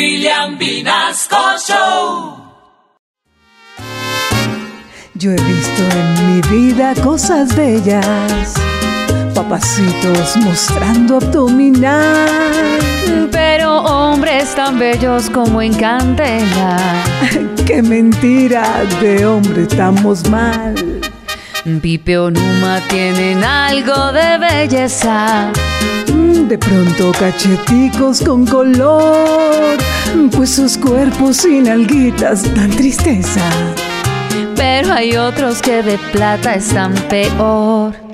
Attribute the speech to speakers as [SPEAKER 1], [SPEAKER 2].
[SPEAKER 1] William Vinasco Show.
[SPEAKER 2] Yo he visto en mi vida cosas bellas, papacitos mostrando abdominal,
[SPEAKER 3] Pero hombres tan bellos como en Candela.
[SPEAKER 2] qué mentira de hombre estamos mal.
[SPEAKER 3] Pipe o Numa tienen algo de belleza.
[SPEAKER 2] Mm, De pronto cacheticos con color, pues sus cuerpos sin alguitas dan tristeza.
[SPEAKER 3] Pero hay otros que de plata están peor.